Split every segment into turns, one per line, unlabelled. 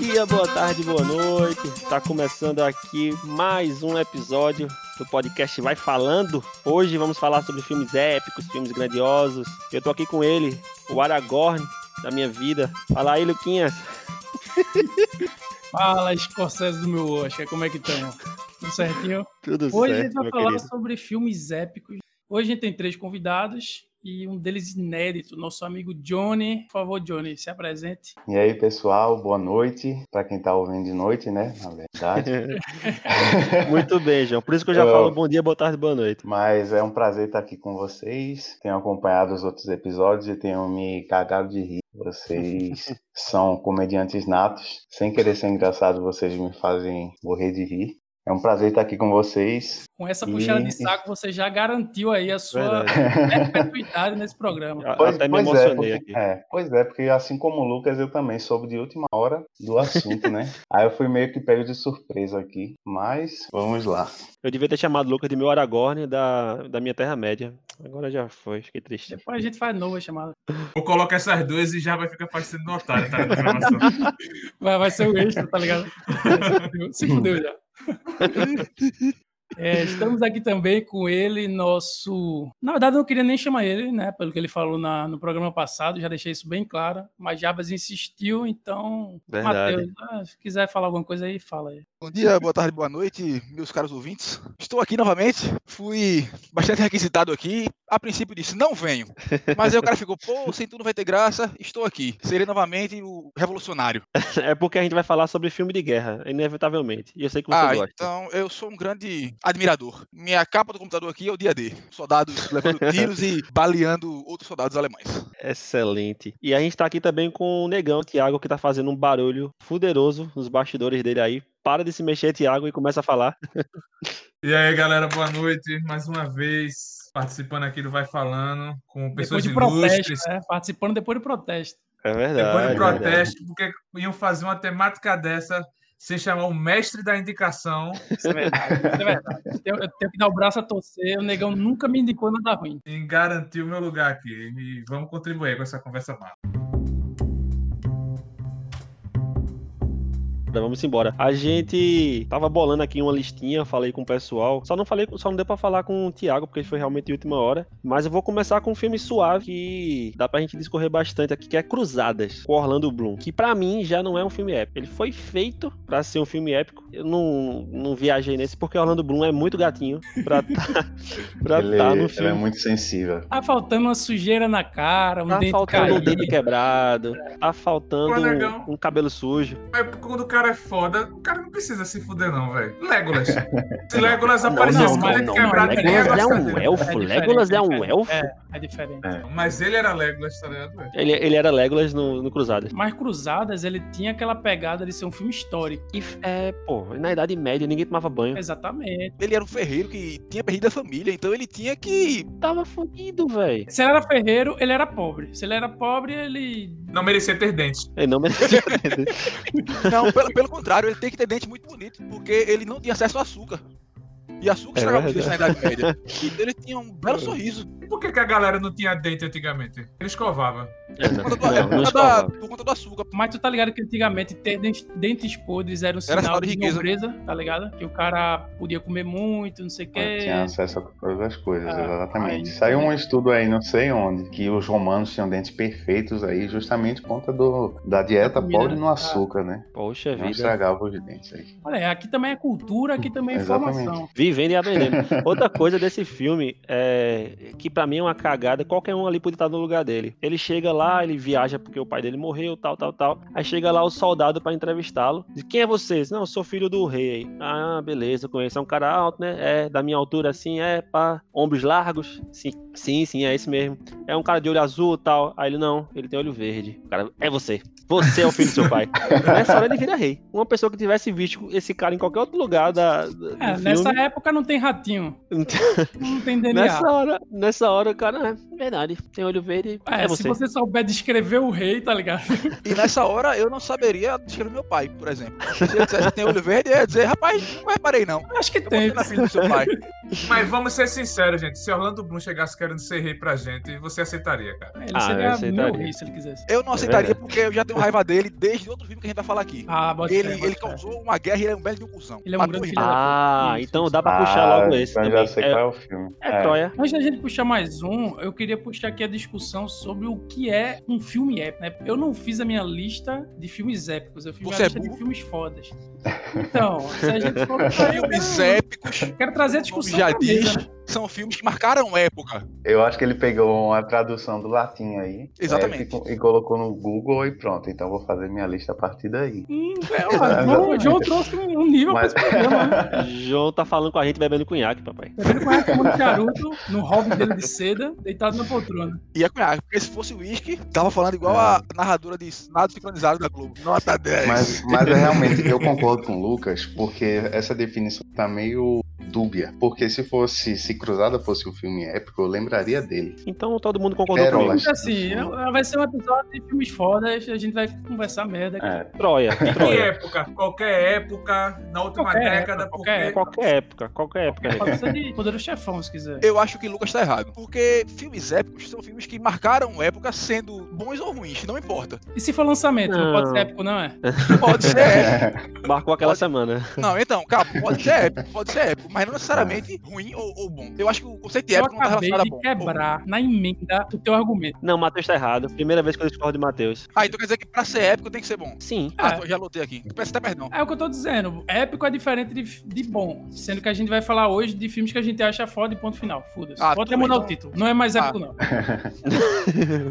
dia, boa tarde, boa noite. Tá começando aqui mais um episódio do podcast Vai Falando. Hoje vamos falar sobre filmes épicos, filmes grandiosos. Eu tô aqui com ele, o Aragorn da minha vida. Fala aí, Luquinhas.
Fala, Scorsese do meu Oscar, como é que estão? Tudo certinho?
Tudo
Hoje a
certo,
gente vai
meu
falar
querido.
sobre filmes épicos. Hoje a gente tem três convidados e um deles inédito, nosso amigo Johnny. Por favor, Johnny, se apresente.
E aí, pessoal, boa noite. Para quem tá ouvindo de noite, né? Na verdade.
Muito bem, João. Por isso que eu já
Eu-
falo bom dia, boa tarde, boa noite.
Mas é um prazer estar aqui com vocês. Tenho acompanhado os outros episódios e tenho me cagado de rir. Vocês são comediantes natos. Sem querer ser engraçado, vocês me fazem morrer de rir. É um prazer estar aqui com vocês.
Com essa puxada de
Ih.
saco, você já garantiu aí a sua
Verdade.
perpetuidade nesse programa.
Eu Até me
é,
emocionei
porque,
aqui.
é, pois é, porque assim como o Lucas, eu também soube de última hora do assunto, né? Aí eu fui meio que pego de surpresa aqui. Mas vamos lá.
Eu devia ter chamado o Lucas de meu Aragorn da, da minha Terra-média. Agora já foi, fiquei triste.
Depois a gente faz nova chamada.
Vou colocar essas duas e já vai ficar parecendo um otário, tá? Na gravação.
Vai, vai ser o extra, tá ligado? Se fudeu, Se fudeu já. É, estamos aqui também com ele, nosso. Na verdade, eu não queria nem chamar ele, né? Pelo que ele falou na- no programa passado, já deixei isso bem claro. Mas Jabas insistiu, então.
Verdade.
Matheus, ah, se quiser falar alguma coisa aí, fala aí.
Bom dia, boa tarde, boa noite, meus caros ouvintes. Estou aqui novamente, fui bastante requisitado aqui. A princípio disse, não venho. Mas aí o cara ficou, pô, sem tu não vai ter graça, estou aqui. Serei novamente o revolucionário.
É porque a gente vai falar sobre filme de guerra, inevitavelmente. E eu sei que você
ah,
gosta.
então eu sou um grande admirador. Minha capa do computador aqui é o dia D. Soldados levando tiros e baleando outros soldados alemães.
Excelente. E a gente tá aqui também com o Negão, o Thiago, que tá fazendo um barulho fuderoso nos bastidores dele aí. Para de se mexer, Thiago, e começa a falar.
E aí, galera, boa noite. Mais uma vez participando aqui do Vai Falando com
Depois
pessoas
de protesto,
ilustres.
né? Participando depois de protesto.
É verdade.
Depois do
é verdade.
protesto, porque iam fazer uma temática dessa sem chamar o mestre da indicação.
Isso é verdade. Isso é verdade. Eu, tenho- eu tenho que dar o braço a torcer. O negão nunca me indicou nada ruim.
em garantir o meu lugar aqui. E vamos contribuir com essa conversa mata.
Agora Vamos embora. A gente tava bolando aqui uma listinha, falei com o pessoal. Só não falei, só não deu pra falar com o Thiago, porque foi realmente a última hora. Mas eu vou começar com um filme suave que dá pra gente discorrer bastante aqui, que é Cruzadas, com Orlando Bloom. Que pra mim já não é um filme épico. Ele foi feito pra ser um filme épico. Eu não, não viajei nesse, porque Orlando Bloom é muito gatinho pra tá, pra
Ele-
tá no
ela
filme.
é muito sensível.
Tá faltando uma sujeira na cara, um
Tá
dente
faltando um
caído.
dedo quebrado, tá faltando
Pô, legal.
um cabelo sujo.
Mas quando o cara é foda, o cara não precisa se fuder, não, velho. Legolas. Se Legolas
Ah, Não,
aparecesse
não,
com o
não,
dedo
não.
quebrado, ninguém ia
Legolas é
gostar
um
dele.
elfo.
diferente,
Legolas é um
diferente.
elfo.
É, é diferente.
Mas ele era Legolas, tá ligado, velho?
Ele, ele era Legolas no, no Cruzadas.
Mas Cruzadas, ele tinha aquela pegada de ser um filme histórico.
E, f- é, pô, na Idade Média ninguém tomava banho.
Exatamente.
Ele era um ferreiro que tinha perdido a família, então ele tinha que.
Tava fudido, velho.
Se ele era ferreiro, ele era pobre. Se ele era pobre, ele.
Não merecia ter dentes.
Ele não merecia.
Não, pelo, pelo contrário, ele tem que ter dente muito bonito, porque ele não tinha acesso ao açúcar. E açúcar
É
estragava os dentes na Idade Média. Então ele tinha um belo sorriso.
E por que, que a galera não tinha dente antigamente? Ele escovava.
É, não,
Por conta do, é,
não,
por
não
conta da-
escovava.
por conta do açúcar.
Mas tu tá ligado que antigamente ter dentes, dentes podres era um sinal,
Era sinal
de,
de riqueza.
nobreza, tá ligado? Que o cara podia comer muito, não sei o
Ele
quê.
Né? Ah, Tinha acesso a todas as coisas,
Ah,
exatamente.
aí-
Saiu um estudo aí, não sei onde, que os romanos tinham dentes perfeitos aí, justamente por conta do, da dieta
comida,
pobre
né?
no açúcar, né?
Poxa
Não
É. vida.
estragava os dentes aí.
Olha, aí, aqui também é cultura, aqui também é
Exatamente.
informação.
Vivendo e aprendendo. Outra coisa desse filme é que pra mim é uma cagada. Qualquer um ali podia estar no lugar dele. Ele chega lá, ele viaja porque o pai dele morreu, tal, tal, tal. Aí chega lá o soldado pra entrevistá-lo. Diz, quem é você? Diz, Não, eu sou filho do rei. Ah, beleza, eu conheço. É um cara alto, né? É, da minha altura assim, é, pá. Ombros largos. Sim, sim, sim, é esse mesmo. É um cara de olho azul e tal. Aí ele, não, ele tem olho verde. O cara, é você. Você é o filho do seu pai. Nessa hora ele vira rei. Uma pessoa que tivesse visto esse cara em qualquer outro lugar da, da- do
É,
filme,
nessa época não tem ratinho,
não tem-
não tem DNA.
Nessa hora, nessa hora, o cara, é, Verdade. Tem olho verde.
É,
É,
se
você.
você souber descrever o rei, tá ligado?
E nessa hora eu não saberia descrever meu pai, por exemplo. Se ele dissesse que tem olho verde, eu ia dizer, rapaz, não reparei não.
Acho que
Eu
tem.
botei na filha do seu pai.
Mas vamos ser sinceros, gente. Se Orlando Bloom chegasse querendo ser rei pra gente, você aceitaria, cara.
Ele
Ah, eu
seria
aceitaria.
meu rei se ele quisesse.
Eu não aceitaria
É verdade.
porque eu já tenho raiva dele desde outro filme que a gente vai falar aqui.
Ah, bota
Ele,
fé, bota
ele
fé.
causou uma guerra e ele é um belo de um cuzão.
Ele é um
Matou
grande
o
filho
irmão.
da-
Ah,
Isso,
então
isso.
dá pra puxar logo esse.
Então
também.
já sei
É-
qual é o filme.
É, Troia.
Antes da gente puxar mais um, eu queria puxar aqui a discussão sobre o que é um filme épico. Né? Eu não fiz a minha lista de filmes épicos, eu fiz
Você
uma
é
lista de
burro?
filmes fodas. Então, se a gente for.
Filmes épicos,
Eu quero trazer a
como
discussão.
já
pra mesa,
diz,
né?
são filmes que marcaram época.
Eu acho que ele pegou uma tradução do latim aí.
Exatamente.
é, e co- e colocou no Google e pronto. Então vou fazer minha lista a partir daí.
Hum, é, ó, João, o João trouxe um nível pra
Mas-
esse programa, né?
Uhum.
João tá falando com a gente bebendo cunhaque, papai.
Tá vendo como é que fumando charuto no hobby dele de seda, deitado na poltrona.
E é cunhado, porque se fosse uísque, tava falando igual a narradora de nada sincronizado da Globo. Nota 10.
Mas, mas é realmente, eu concordo com o Lucas, porque essa definição tá meio dúbia. Porque se fosse, se Cruzada fosse um filme épico, eu lembraria dele.
Então todo mundo concordou
Pérola.
comigo.
Então, assim, é- vai ser um episódio de filmes fodas, a gente vai conversar merda. aqui.
É,
Troia.
Que
Troia.
época? Qualquer época, na última
Qualquer
década,
época,
porque.
qualquer
É Qualquer época, qualquer época, gente.
Pode ser é de Poderoso Chefão, se quiser.
Eu acho que Lucas tá errado. Porque filmes épicos são filmes que marcaram época sendo bons ou ruins, não importa.
E se for lançamento, não,
Não.
pode ser épico, não é?
Pode ser épico.
Marcou aquela
Pode-
semana.
Não, então, cara, pode ser épico, pode ser épico, mas não necessariamente ruim ou, ou bom. Eu acho que o conceito de
Eu
épico não tá
acabei
relacionado a
de
bom.
quebrar na emenda o teu argumento.
Não, Matheus tá errado. Primeira vez que eu discordo de Matheus.
Ah, então quer dizer que pra ser épico tem que ser bom.
Sim.
Ah,
É.
eu já lotei aqui. Peço até perdão.
É o que eu tô dizendo. Épico é diferente de, de bom. Sendo que a gente vai falar hoje de filmes que a gente acha foda e ponto final. Foda-se.
Ah,
pode
tudo
até mudar
bem.
o título. Não é mais
Ah.
épico, não.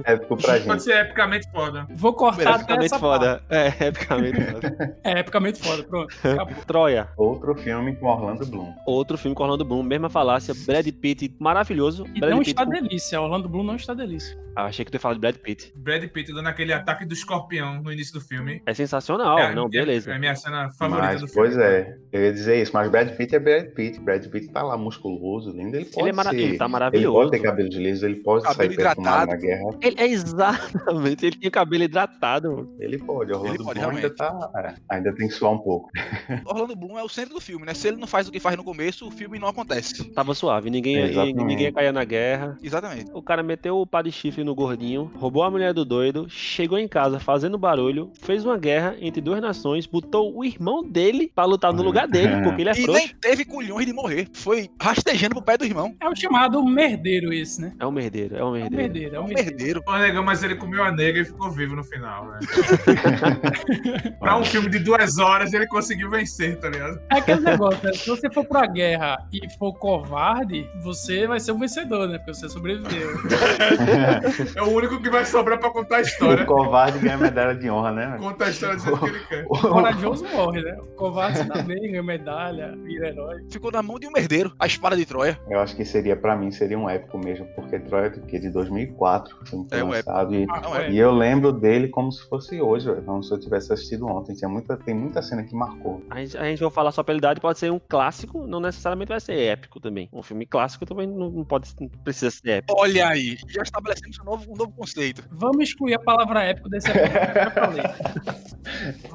Épico pra gente.
Pode ser epicamente foda.
Vou cortar até
Epicamente
essa foda.
foda. É, epicamente foda.
É epicamente foda. Pronto. Acabou.
Troia.
Outro filme com Orlando Bloom.
Outro filme com Orlando Bloom. Mesma falácia. Brad Pitt maravilhoso.
E
Brad
não
Pitt
está
com-
delícia. Orlando Bloom não está delícia.
Ah, achei que tu ia falar de Brad Pitt.
Brad Pitt dando aquele ataque do escorpião no início do filme.
É sensacional.
É a-
não, beleza.
É a minha cena favorita do
Ah, Mas,
filme.
pois é, eu ia dizer isso, mas Brad Pitt é Brad Pitt. Brad Pitt tá lá musculoso, lindo. Ele pode
ele, é mara...
ser.
ele tá
Ele
maravilhoso.
pode ter cabelos lisos, ele pode
Cabelo
sair perfumado
hidratado.
na guerra.
Ele- é exatamente. Ele tinha cabelo hidratado. mano.
Ele pode. Orlando
Ele pode,
Bloom ainda
realmente.
tá. Ainda tem que suar um pouco.
Orlando Bloom é o centro do filme, né? Se ele não faz o que faz no começo, o filme não acontece.
Tava suave. Ninguém,
Exatamente.
ninguém caía na guerra.
Exatamente.
O cara meteu o pá de chifre no gordinho, roubou a mulher do doido, chegou em casa fazendo barulho, fez uma guerra entre duas nações, botou o irmão dele pra lutar no lugar
Uhum.
dele, porque ele é
E
frouxo.
nem teve culhões de morrer. Foi rastejando pro pé do irmão.
É o chamado merdeiro esse, né?
É um merdeiro, é um
É o
merdeiro.
merdeiro. É
É
o
um
merdeiro.
merdeiro.
Ô, negão, mas ele comeu a negra e ficou vivo no final, né? Pra um filme de duas horas, ele conseguiu vencer, tá ligado?
É aquele negócio, né? Se você for pra guerra e for covarde, você vai ser o vencedor, né? Porque você sobreviveu.
É o único que vai sobrar pra contar a
o
história.
covarde ganha medalha de honra, né? velho?
Conta a história do jeito que ele quer.
O corajoso morre, né? O covarde se dá bem, ganha medalha, vira herói.
Ficou na mão de um merdeiro. A espada de Troia.
Eu acho que seria, pra mim, seria um épico mesmo, porque Troia do que de 2004, filme
É um
lançado, e,
Não é.
e eu lembro dele como se fosse hoje, velho, como se eu tivesse assistido ontem. Tinha muita, tem muita cena que marcou.
A gente, a gente vai falar só pela idade, pode ser um clássico, não necessariamente vai ser épico também. Um filme clássico também não não pode, não precisa ser épico.
Olha aí. Já estabelecemos um novo, um novo conceito.
Vamos excluir a palavra épico desse episódio, já falei.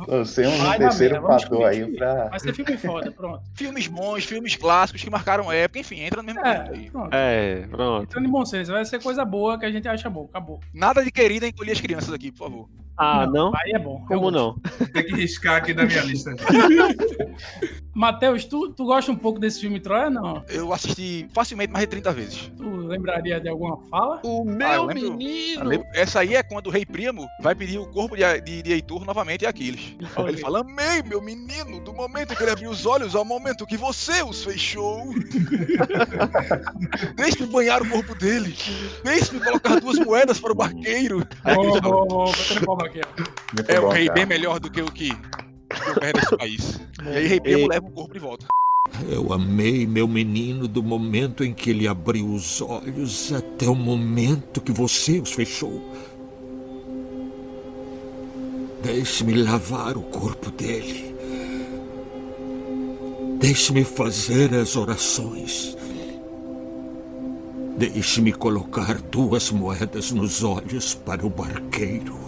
Eu sei um
Vai na
terceiro
merda, vamos
fator aí
discutir.
pra.
Vai ser filme foda, pronto.
Filmes bons, filmes clássicos que marcaram época. Enfim, entra no mesmo conceito
É,
aí.
pronto.
É, pronto.
Então, de bom senso, vai ser coisa boa que a gente acha bom, acabou.
Nada de querida encolher as crianças aqui, por favor.
Ah, não?
Aí é bom.
Como não?
Tem que riscar aqui da minha lista.
Matheus, tu, tu gosta um pouco desse filme Troia? Não?
Eu assisti facilmente mais de 30 vezes.
Tu lembraria de alguma fala?
O
Ah, eu lembro- Eu
menino!
lembro- Essa aí é quando o rei primo vai pedir o corpo de, de, de Heitor novamente a Aquiles.
fala
Ele
isso.
fala, amei, meu menino, do momento que ele abriu os olhos ao momento que você os fechou. Deixe-me banhar o corpo dele. Deixe-me colocar duas moedas para o barqueiro. Aí
Boa,
Aquiles fala,
boa, boa, batendo palma um aqui. ó.
Muito
é um
bom,
rei
cara.
bem melhor do que o que governa esse país. E aí rei primo
Ei.
leva o corpo de volta.
Eu amei meu menino do momento em que ele abriu os olhos até o momento que você os fechou. Deixe-me lavar o corpo dele. Deixe-me fazer as orações. Deixe-me colocar duas moedas nos olhos para o barqueiro.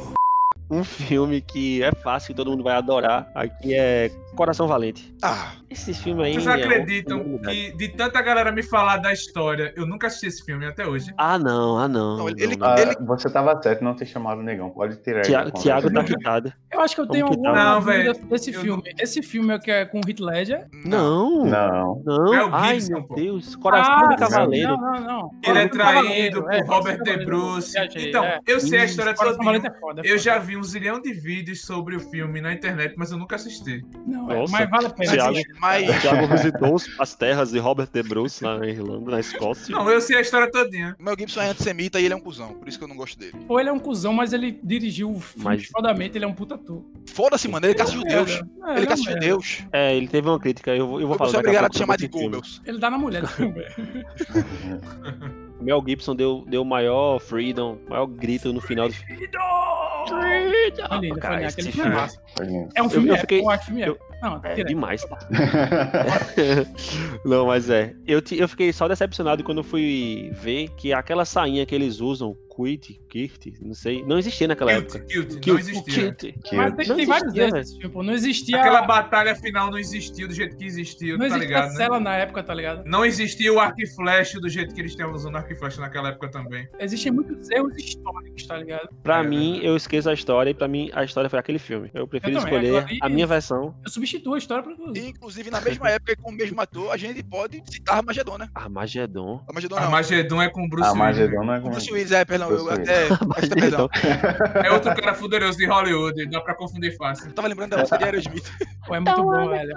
Um filme que é fácil e todo mundo vai adorar aqui é Coração Valente.
Ah,
Esse filme aí.
Vocês
é uma
acreditam
oportunidade.
que de tanta galera me falar da história, eu nunca assisti esse filme até hoje.
Ah, não, ah, não.
Não, ele-
não,
ele-
não.
Ah,
Ele-
Você tava certo, não te chamaram negão. Pode tirar ele da
Tiago,
conversa.
Tiago tá quitado.
Eu acho que eu
Como
tenho
que
alguma
tá? Não,
dúvida
velho,
desse
eu-
filme. Esse filme é o que é com o Heath Ledger.
Não. Não.
Não.
É o
Ai,
Gibson,
meu
pô. Ah,
Deus. Coração do
sim,
Cavaleiro.
Ah, Não, não, não.
Ele
Coração
é
do Cavaleiro,
traído por
é,
Robert
Coração do
De
Cavaleiro,
Bruce.
viajei,
Então,
é.
eu sei a
Hum,
história
Coração do Cavaleiro
toda.
é foda. é
Eu
foda.
já vi um zilhão de vídeos sobre o filme na internet, mas eu nunca assisti.
Não, é,
Nossa.
mas vale a pena.
mas, assim,
Thiago.
assistir.
mas
O Thiago visitou os- as terras de Robert De Bruce na Irlanda, na Escócia.
Não, eu sei a história todinha.
Mel Gibson é antissemita e ele é um cuzão, por isso que eu não gosto dele.
Ou ele é um cuzão, mas ele dirigiu o filme
Mas-
fodamente, ele é um puta ator.
Foda-se, mano, ele caça judeus.
É, é,
Ele
é um
caça
merda.
judeus.
É, ele teve uma crítica, eu vou, eu vou
Eu vou
falar
ser
daqui a
obrigado a te
pouco
chamar de
sobre esse filme.
Goebbels.
Ele dá na mulher assim, também.
Mel Gibson deu deu o maior freedom, o maior grito no final do filme.
Foi lindo, foi
Cara,
lindo.
esse
Aquele filme é
filme-
massa.
Foi lindo.
É um
Eu-
filme
eu
épico,
fiquei-
eu acho filme épico. Não,
É
tira.
demais. Não, mas é. Eu, ti- eu fiquei só decepcionado quando eu fui ver que aquela sainha que eles usam, quit, kirt, não sei, não existia naquela
Kilt,
época.
Kilt, não
Kilt,
existia.
kilt.
Que
Mas tem,
Não
tem vários
existia,
desses, tipo, não existia,
Aquela batalha final não existiu do jeito que existiu,
não
tá
existia
ligado? né?
cela na época, tá ligado?
Não existia o arco e flecha do jeito que eles estavam usando arco e flecha naquela época também.
Existem muitos erros históricos, tá ligado?
Pra
É
mim,
verdade.
eu esqueço a história e pra mim a história foi aquele filme. Eu prefiro
Eu também,
escolher
agora,
a
e-
minha versão.
Eu substituo a história pra tudo.
E, inclusive, na mesma época e com o mesmo ator, a gente pode citar Armagedon, né?
Ah, Armagedon.
Armagedon
A
não.
Magedon é com o Bruce
Ah,
Willis.
mas Edão não é com
Bruce Willis, é, perdão, eu
Bruce
até... até perdão.
É outro cara fuderoso de Hollywood, dá pra confundir fácil.
Eu tava lembrando da música de Aerosmith.
Pô, é muito
então
bom, velho.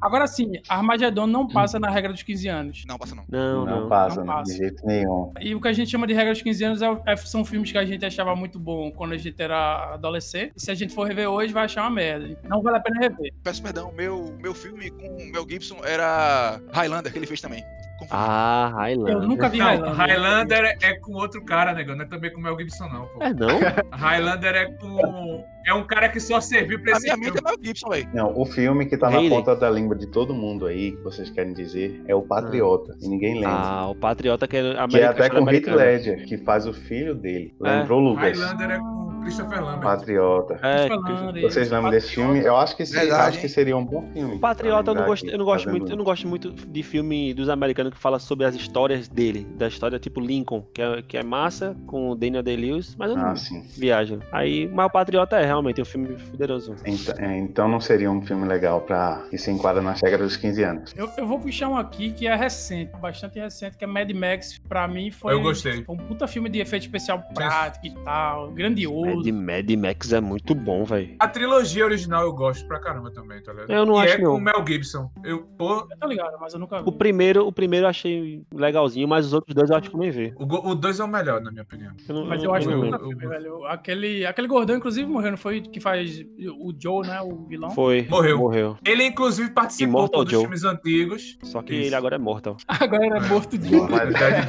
Agora sim, Armagedon não passa na regra dos 15 anos.
Não, passa não.
Não, não.
Não passa,
Não
não,
passa.
de jeito nenhum.
E o que a gente chama de regra dos 15 anos é o- é- são filmes que a gente achava muito bom quando a gente era adolescente. E se a gente for rever hoje, vai achar uma merda. Não vale a pena rever.
Peço perdão, meu, meu filme com o Mel Gibson era Highlander, que ele fez também. Confundi.
Ah,
Eu
Highlander.
nunca vi
Não,
Highlander.
Highlander é- é com outro cara, negão. Não é também com o Mel Gibson, não, pô.
É não?
Highlander é com. É um cara que só serviu pra
A
esse
minha
filme.
mente é Mel Gibson, velho.
Não, o filme que tá na
Hayley.
ponta da língua de todo mundo aí, que vocês querem dizer, é o Patriota. E ninguém lembra.
Ah, o Patriota que é americano.
que é até com o Heath
americano.
Ledger, que faz o filho dele.
É.
Lembrou, Lucas?
Highlander é com Christopher Lambert.
Patriota.
É,
Highlander,
Vocês lembram desse filme? Eu acho que, sim,
Verdade,
acho que
hein?
seria um bom filme.
Patriota, eu
Pra
não
lembrar
gosto,
aqui,
eu não gosto
fazendo-
muito, eu não gosto muito de filme dos americanos que fala sobre as histórias dele, da história tipo Lincoln, que é, que é massa com o Daniel Day-Lewis, mas eu não
Ah, sim.
viajo. Aí, mas o Patriota é realmente um filme fuderoso.
Ent- é, Então não seria um filme legal pra que se enquadra na regra dos 15 anos.
Eu, eu vou puxar um aqui que é recente, bastante recente, que é Mad Max. Pra mim foi.
Eu gostei.
foi um puta filme de efeito especial prático e tal.
Mad,
Grandioso.
Mad Max é muito bom, velho.
A trilogia original eu gosto pra caramba também, tá ligado?
Eu não
e
acho
é
não.
com o Mel Gibson. Eu, pô,
Eu tô ligado, mas eu nunca vi.
O primeiro, o primeiro eu achei legalzinho, mas os outros dois eu acho que eu nem vi.
o, go- o dois é o melhor, na minha opinião.
Eu não,
Mas
eu
eu
não
acho que tá
lembro.
puta filme, velho. Aquele, aquele gordão, inclusive, morreu, não foi? Que faz o Joe, né? O vilão.
Foi.
Morreu.
Morreu.
Ele, inclusive, participou
Immortal
dos
Joe.
filmes antigos.
Só que
Isso.
ele agora é mortal.
Agora era morto de.
Mas-
Verdade,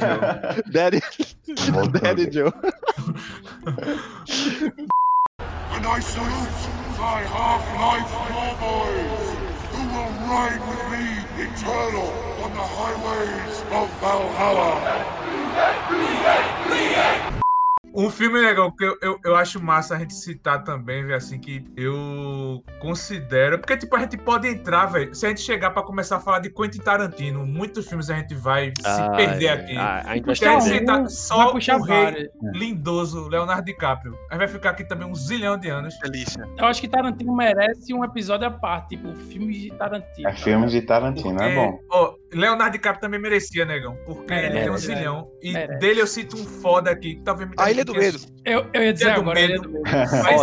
Joe.
Daddy,
Voltando.
Joe.
And I salute thy half-life cowboys, who will ride with me eternal on the highways of Valhalla.
Um filme legal que eu, eu, eu acho massa a gente citar também, velho, assim, que eu considero. Porque, tipo, a gente pode entrar, velho. Se a gente chegar pra começar a falar de Quentin Tarantino, muitos filmes a gente vai se perder aqui.
Ah, A, a
Porque é a
Puxar
gente
internet.
um,
citar
Vai
só
puxar né?
o rei
vários.
lindoso, Leonardo DiCaprio. Aí vai ficar aqui também um zilhão de anos.
Delícia.
Eu acho que Tarantino merece um episódio à parte, tipo, filmes de Tarantino.
É filme de Tarantino, é bom.
ó, Leonardo DiCaprio também merecia, negão. Porque ele tem um
Merece.
zilhão. E
Merece.
dele eu cito um foda aqui, que talvez me
A Ilha do Medo.
Eu, eu ia dizer
Ilha do
agora,
Medo.
Ilha do Medo.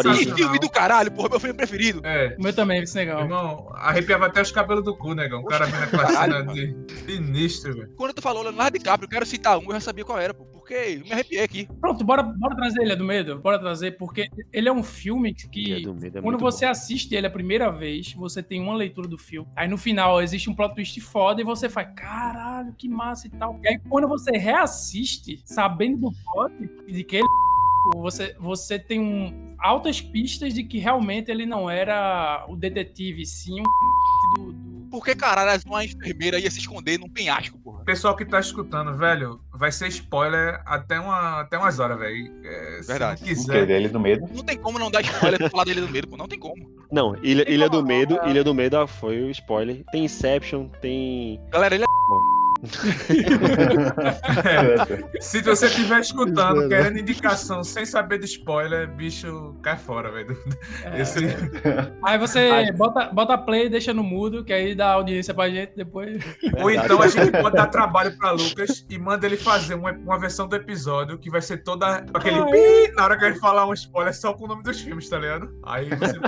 Que
Original.
filme do caralho, porra, meu filme preferido.
É.
O meu também, esse negão.
Irmão, arrepiava até os cabelos do cu, negão. O cara vendo aquela
Caralho,
cena de sinistro, velho.
Quando tu falou Leonardo DiCaprio, eu quero citar um, eu já sabia qual era, pô, porque eu me arrepiei aqui.
Pronto, bora, bora trazer Ilha do Medo. Bora trazer, porque ele é um filme que.
Ilha do Medo é
Quando
muito
você
bom.
assiste ele a primeira vez, você tem uma leitura do filme. Aí no final existe um plot twist foda e você faz, caralho, que massa e tal. E aí quando você reassiste, sabendo do plot, de que ele é você, você tem um, altas pistas de que realmente ele não era o detetive, sim um do, do
Por que caralho uma enfermeira ia se esconder num penhasco, porra?
Pessoal que tá escutando, velho, vai ser spoiler até, uma, até umas horas, velho. É,
Verdade.
Se
O que?
não quiser.
Dele do medo.
Não tem como não dar spoiler pra falar dele do medo, pô. Não tem como.
Não, Ilha, Ilha do
como não,
Medo,
cara.
Ilha do Medo ah, foi o spoiler. Tem Inception, tem.
Galera, ele é.
é, Se você estiver escutando,
Isso,
querendo indicação, sem saber de spoiler, bicho, cai fora, velho.
É.
Esse-
Aí você bota, bota play, deixa no mudo, que aí dá audiência pra gente depois.
Ou
Verdade.
então a gente pode dar trabalho pra Lucas e manda ele fazer uma, uma versão do episódio que vai ser toda com aquele pi na hora que ele falar um spoiler só com o nome dos filmes, tá ligado? Aí você,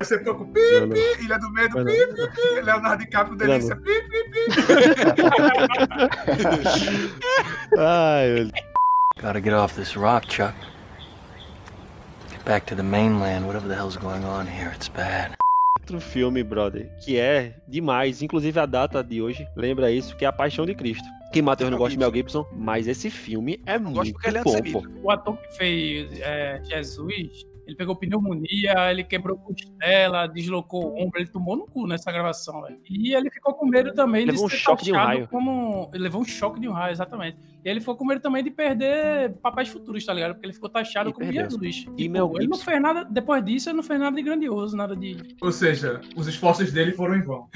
você fica com pi,
Não, não.
Ilha do Medo,
Vai
pi, pi, pi, Leonardo DiCaprio,
Vai
Delícia, pi, pi,
Ai, meu Deus.
Gotta get off this rock, Chuck. Get back to the mainland, whatever the hell's going on here, it's bad.
Outro filme, brother, que é demais. Inclusive a data de hoje lembra isso, que é A Paixão de Cristo. Que Matheus não
Mel
gosta de Mel Gibson, mas esse filme é
gosto
muito
porque ele é
bom,
antissemita.
pô.
O ator que fez é, Jesus, ele pegou pneumonia, ele quebrou costela, deslocou o ombro, ele tomou no cu nessa gravação, velho. E ele ficou com medo também
Levou um
de ser
choque de um
taxado
raio.
como... Ele levou um choque de um raio, exatamente. E ele ficou com medo também de perder papéis futuros, tá ligado? Porque ele ficou taxado
E
como
perdeu.
Jesus. Tipo,
E Mel
ele não
Gibson.
fez nada, depois disso ele não fez nada de grandioso, nada de...
Ou seja, os esforços dele foram em vão.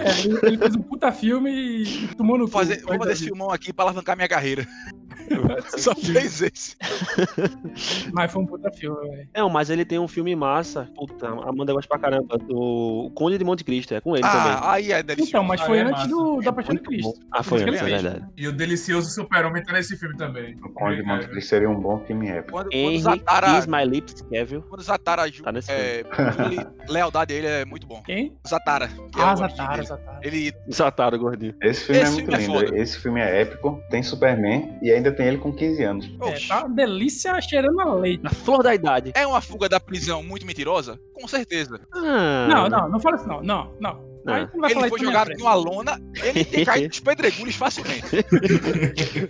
É, ele- ele fez um puta filme e tomou no
Vou fazer, vou fazer esse filmão aqui pra alavancar minha carreira. Só fez esse.
Mas foi um puta filme, velho.
Não, mas ele tem um filme massa. Puta, a Amanda gosta pra caramba. Do Conde de Monte Cristo, é com ele também.
Ah, aí é delicioso.
Então,
tá
mas foi
Ah, é
antes
massa.
do, da Paixão de Cristo.
Ah, foi
Mas
antes, é
ele fez.
verdade.
E o delicioso super-homem tá nesse filme também.
O Conde de Monte Cristo seria um bom filme épico.
Quando, quando
Henry
Zatara.
Is My Lips Kevin.
Quando Zatara Ju,
Tá nesse
é, ele- lealdade dele é muito bom.
Quem?
Zatara. que é
Ah,
o gordinho
Zatara,
dele.
Zatara.
Ele
Satara, gordinho.
Esse filme
Esse
é muito
filme é
lindo.
foda.
Esse filme é épico. Tem Superman e ainda tem ele com 15 anos.
É,
Oxi.
tá uma delícia cheirando a leite.
Na flor da idade.
É uma fuga da prisão muito mentirosa? Com certeza.
Ah,
Não, não, não fala isso não. Não, não.
Não.
Aí tu não vai
Ele
falar
foi
isso na minha
jogado
frente.
numa lona, ele tem caído nos pedregulhos facilmente.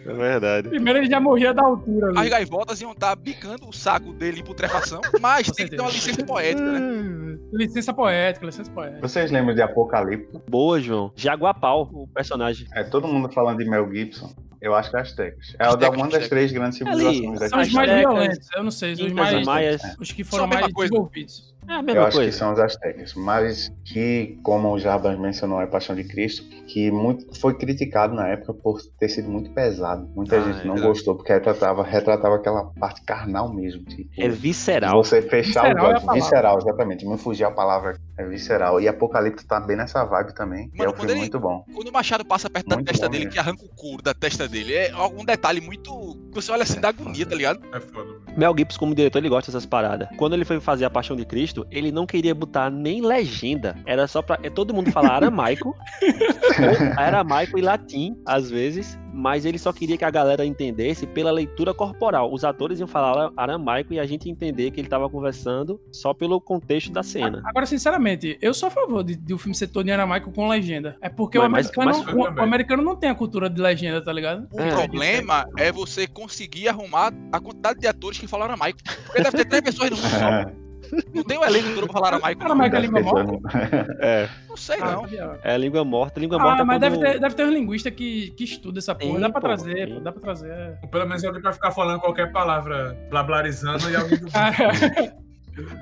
É verdade.
Primeiro ele já morria da altura.
As
velho.
gaivotas iam estar bicando o saco dele em putrefação, mas
Com
tem que ter
certeza.
uma licença poética, né?
Licença poética, licença poética.
Vocês lembram de Apocalipto?
Boa, João. Jaguapau, o personagem.
É todo mundo falando de Mel Gibson. Eu acho que é Aztecas. É
Aztecas,
uma das
Aztecas.
três grandes civilizações
Ali,
São os
daqui.
mais
Aztecas,
violentos, eu não sei, os
Incas e
mais.
Maias.
Os que
São
foram
a mesma
mais
coisa.
desenvolvidos.
É a
É. Eu
mesma
acho que
coisa.
são os aztecas, mas que, como o Jarbas mencionou, é Paixão de Cristo, que muito, foi criticado na época por ter sido muito pesado. Muita
Ah,
gente
é
não
verdade.
gostou, porque retratava, retratava aquela parte carnal mesmo. Tipo,
É visceral.
você fechar
Visceral é a
os olhos.
palavra.
visceral, exatamente. Me fugiu a palavra. É visceral. E Apocalipto tá bem nessa vibe também. e
Mano,
é um
quando
filme
ele-
muito bom.
Quando o Machado passa perto da
Muito
testa
bom,
dele,
né?
que arranca o couro da testa dele, é algum detalhe muito. que Você olha assim, dá agonia, tá ligado?
É foda.
Mel Gibson, como diretor, ele gosta dessas paradas. Quando ele foi fazer A Paixão de Cristo, ele não queria botar nem legenda. Era só pra é, todo mundo falar aramaico. ou aramaico e latim, às vezes. Mas ele só queria que a galera entendesse pela leitura corporal. Os atores iam falar ara- aramaico e a gente entender que ele tava conversando só pelo contexto da cena.
Agora, sinceramente, eu sou a favor de, de o filme ser todo em aramaico com legenda. É porque o,
Mas- mas-
americano,
mas-
o- o americano não tem a cultura de legenda, tá ligado?
O
É.
problema é você conseguir arrumar a quantidade de atores que falam aramaico. Porque deve ter três pessoas no mundo só. Não tem um elenco todo pra falar aramaico. não.
Aramaico é língua morta?
É,
Não sei,
Ah,
não.
viado.
é língua morta. Língua morta
Ah,
é
mas deve
quando-
ter, deve ter um linguista que, que estuda essa porra.
Tem,
Dá pra
pô,
trazer,
tem.
pô, dá pra trazer.
Ou Pelo menos alguém vai ficar falando qualquer palavra, blablarizando e alguém...
Cara,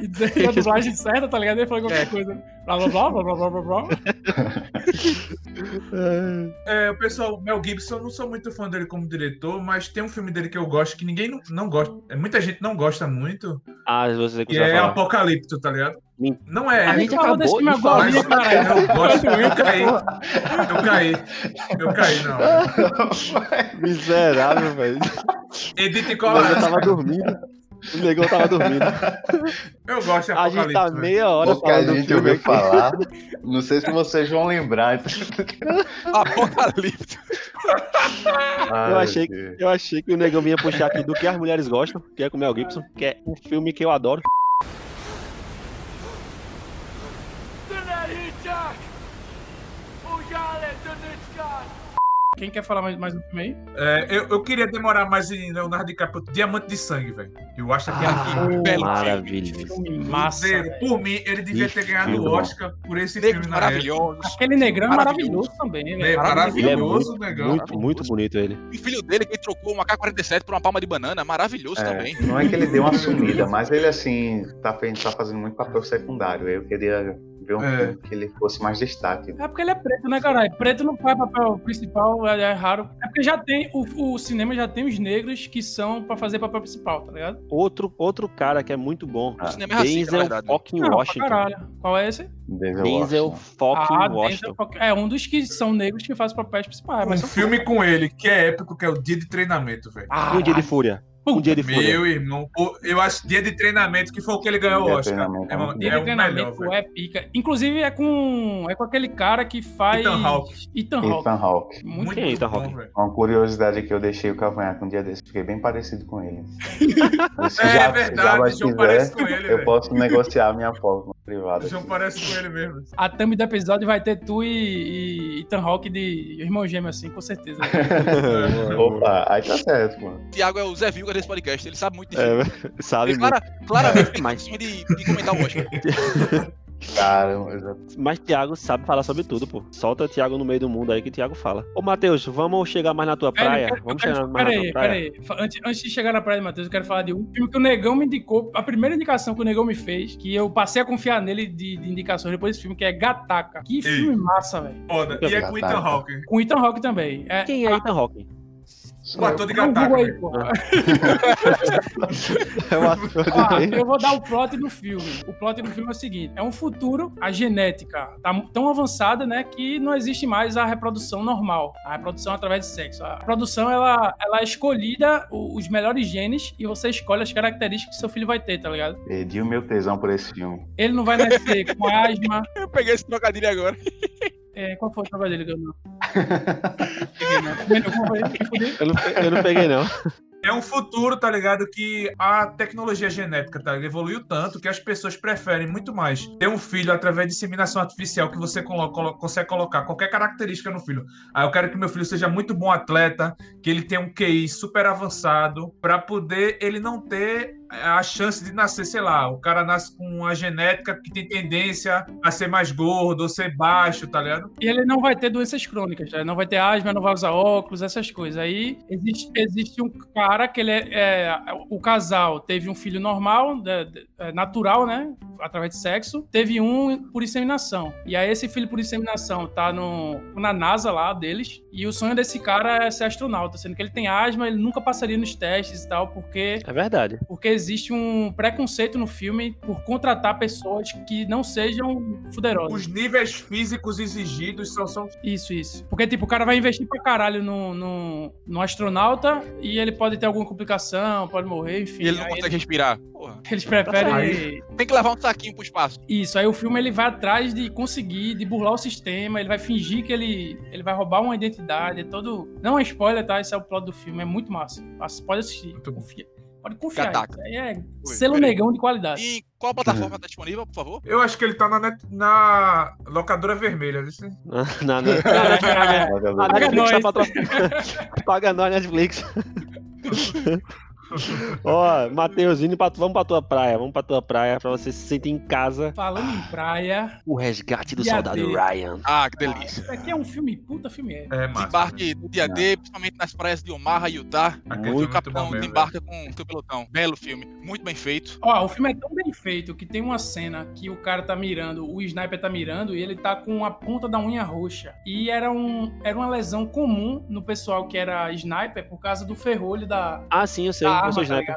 e dizer a dublagem certa, tá ligado? Ele falou qualquer coisa. Blá blá blá blá blá blá blá blá.
É, o pessoal, Mel Gibson, eu não sou muito fã dele como diretor, mas tem um filme dele que eu gosto que ninguém não, não gosta, é, muita gente não gosta muito,
Ah, você
que
que
é
falar.
Apocalipto, tá ligado?
Min-
Não
A
é,
gente
gente
falou
acabou
desse filme
de
agora, né,
mas eu
falar
caralho.
não gosto, eu caí. Eu caí. Eu caí, não.
Miserável, velho.
Edith e
O
cola.
negão tava dormindo. O negão tava dormindo.
Eu gosto de
A gente tá
Apocalipto. velho.
meia hora
O que a
falando do
gente
filme
ouviu
aqui.
falar, não sei se vocês vão lembrar.
Ah.
Apocalipse.
Ah,
Eu achei que, eu achei que o negão vinha puxar aqui do que as mulheres gostam, que é com o Mel Gibson, que é um filme que eu adoro.
Quem quer falar mais, mais um filme aí?
É, eu, eu queria demorar mais em Leonardo DiCaprio. Diamante de Sangue, velho. Eu acho que
Ah,
aqui.
belo
maravilha.
Filme massa.
Zero.
velho.
Por mim, ele devia
Que
ter ganhado o
filme,
Oscar por
é
esse
Negros
filme na época.
maravilhosos.
Aquele negrão é
Maravilhoso.
maravilhoso também,
É,
velho.
Ele é
maravilhoso.
Maravilhoso.
muito,
negão.
muito, muito bonito ele.
O filho dele que trocou um AK-47 por uma palma de banana, maravilhoso também.
É, não é que ele deu uma sumida, mas ele assim tá, fe- tá fazendo muito papel secundário. Eu queria ver um
É.
filme que ele fosse mais destaque.
É porque ele é preto, né, caralho? Preto não faz papel principal, é, é raro. É porque já tem, o, o cinema já tem os negros que são pra fazer papel principal, tá ligado?
Outro, outro cara que é muito bom.
Ah,
O cinema é racista, na
Denzel
verdade. né?
fucking
Não, Ah, pra
Washington.
caralho. Qual é esse?
Denzel
Denzel
Washington.
fucking
Ah,
Washington.
dentro- é um dos que são negros que fazem papéis principais.
Um
Mas são
filme com ele, que é épico, que é o Dia de Treinamento, velho.
E um dia de fúria. Um dia de fúria.
Meu irmão, pô, eu acho Dia de Treinamento, que foi o que ele ganhou o
Dia de
Oscar.
Treinamento, né?
É,
muito
mano,
bom.
Dia
é
de
o melhor,
treinamento
velho.
é pica. Inclusive é com é com aquele cara que faz
Ethan Hawke.
Ethan Hawke.
Ethan Hawke.
Muito
Quem é Ethan
bom,
Hawke?
velho.
Uma curiosidade que eu deixei o cavanhaque um dia desse, fiquei bem parecido com ele. Se
É,
já-
verdade,
Jabba
o João parece com ele,
eu
velho.
posso né? negociar a minha forma
O
privada.
João
aqui.
parece com ele mesmo.
A thumb do episódio vai ter tu e, e Ethan Hawke de irmão gêmeo assim, com certeza.
Opa, aí tá certo, mano.
O Thiago é o Zé Vilga desse podcast, ele sabe muito de filme.
É, sabe,
Ele
muito.
clara, claramente tem
Mas-
condições de, de comentar o Oscar.
Caramba, eu já
Mas Thiago sabe falar sobre tudo, pô. Solta Thiago no meio do mundo aí que Thiago fala. Ô, Matheus, vamos chegar mais na tua praia? Vamos chegar mais na tua
Peraí,
praia?
peraí. Fa- Antes, antes de chegar na praia, Matheus, eu quero falar de um filme que o Negão me indicou. A primeira indicação que o Negão me fez, que eu passei a confiar nele de, de indicações depois desse filme, que é Gataca. Que filme massa, velho.
Foda. E é com o Ethan
tá.
Hawke.
Com Ethan Hawke também. É,
Quem é Ethan Hawking?
O ator de
Dá um
Gataca,
Google aí,
velho.
porra.
É o ator
Ó, eu vou dar o plot do filme. O plot do filme é o seguinte: é um futuro, a genética tá mu- tão avançada, né, que não existe mais a reprodução normal, a reprodução é através de sexo. A reprodução ela, ela é escolhida o- os melhores genes e você escolhe as características que seu filho vai ter, tá ligado?
perdi o meu tesão por esse filme.
Ele não vai nascer com asma.
Eu peguei esse trocadilho agora.
É, qual foi o trabalho dele, Gabriel? Peguei, não. Também não, como foi? Me fudei.
Eu não, eu não peguei, não.
É um futuro, tá ligado? Que a tecnologia genética tá, ligado? evoluiu tanto que as pessoas preferem muito mais ter um filho através de inseminação artificial que você colo- colo- consegue colocar qualquer característica no filho. Ah, eu quero que meu filho seja muito bom atleta, que ele tenha um QI super avançado, pra poder ele não ter a chance de nascer, sei lá, o cara nasce com uma genética que tem tendência a ser mais gordo ou ser baixo, tá ligado?
E ele não vai ter doenças crônicas, né? não vai ter asma, não vai usar óculos, essas coisas. Aí existe, existe um cara que ele é, é, O casal teve um filho normal, né, de- é, natural, né? Através de sexo. Teve um por inseminação. E aí esse filho por inseminação tá no, na NASA lá deles. E o sonho desse cara é ser astronauta, sendo que ele tem asma, ele nunca passaria nos testes e tal, porque
É verdade.
porque existe um preconceito no filme por contratar pessoas que não sejam fuderosas.
Os níveis físicos exigidos são, são
Isso, isso. Porque, tipo, o cara vai investir pra caralho no, no, no astronauta e ele pode ter alguma complicação, pode morrer, enfim.
E ele não
Aí
consegue respirar. Porra.
Eles preferem.
Tem que levar um saquinho pro espaço.
Isso, aí o filme ele vai atrás de conseguir, de burlar o sistema, ele vai fingir que ele, ele vai roubar uma identidade, é todo. Não é spoiler, tá? Esse é o plot do filme, é muito massa. Mas Pode assistir,
Muito bom.
confia. Pode confiar.
Cataca.
Isso aí é
Oi,
selo
peraí.
negão de qualidade.
E qual plataforma tá disponível, por favor?
Eu acho que ele tá na, net- na locadora vermelha. Esse-
Na, na, na, a
Paga
Netflix tá
nós.
patro- Paga nós, Netflix. Ó, Matheus, indo pra tu- vamos pra tua praia. Vamos pra tua praia pra você se sentir em casa.
Falando em praia.
O resgate do
E a
soldado
dele?
Ryan.
Ah, que delícia.
Isso aqui é um filme, puta filme é.
É, massa.
Desembarque no dia D, principalmente nas praias de Omaha e Utah.
Aquele
Muito
o
filme é
capitão
bom mesmo,
desembarca com o seu pelotão. Belo filme, muito bem feito.
Ó, o filme é tão bem feito que tem uma cena que o cara tá mirando, o sniper tá mirando e ele tá com a ponta da unha roxa. E era, um, era uma lesão comum no pessoal que era sniper por causa do ferrolho da,
Ah, sim, eu sei.
da arma,
eu sou
tá
sniper.
ligado?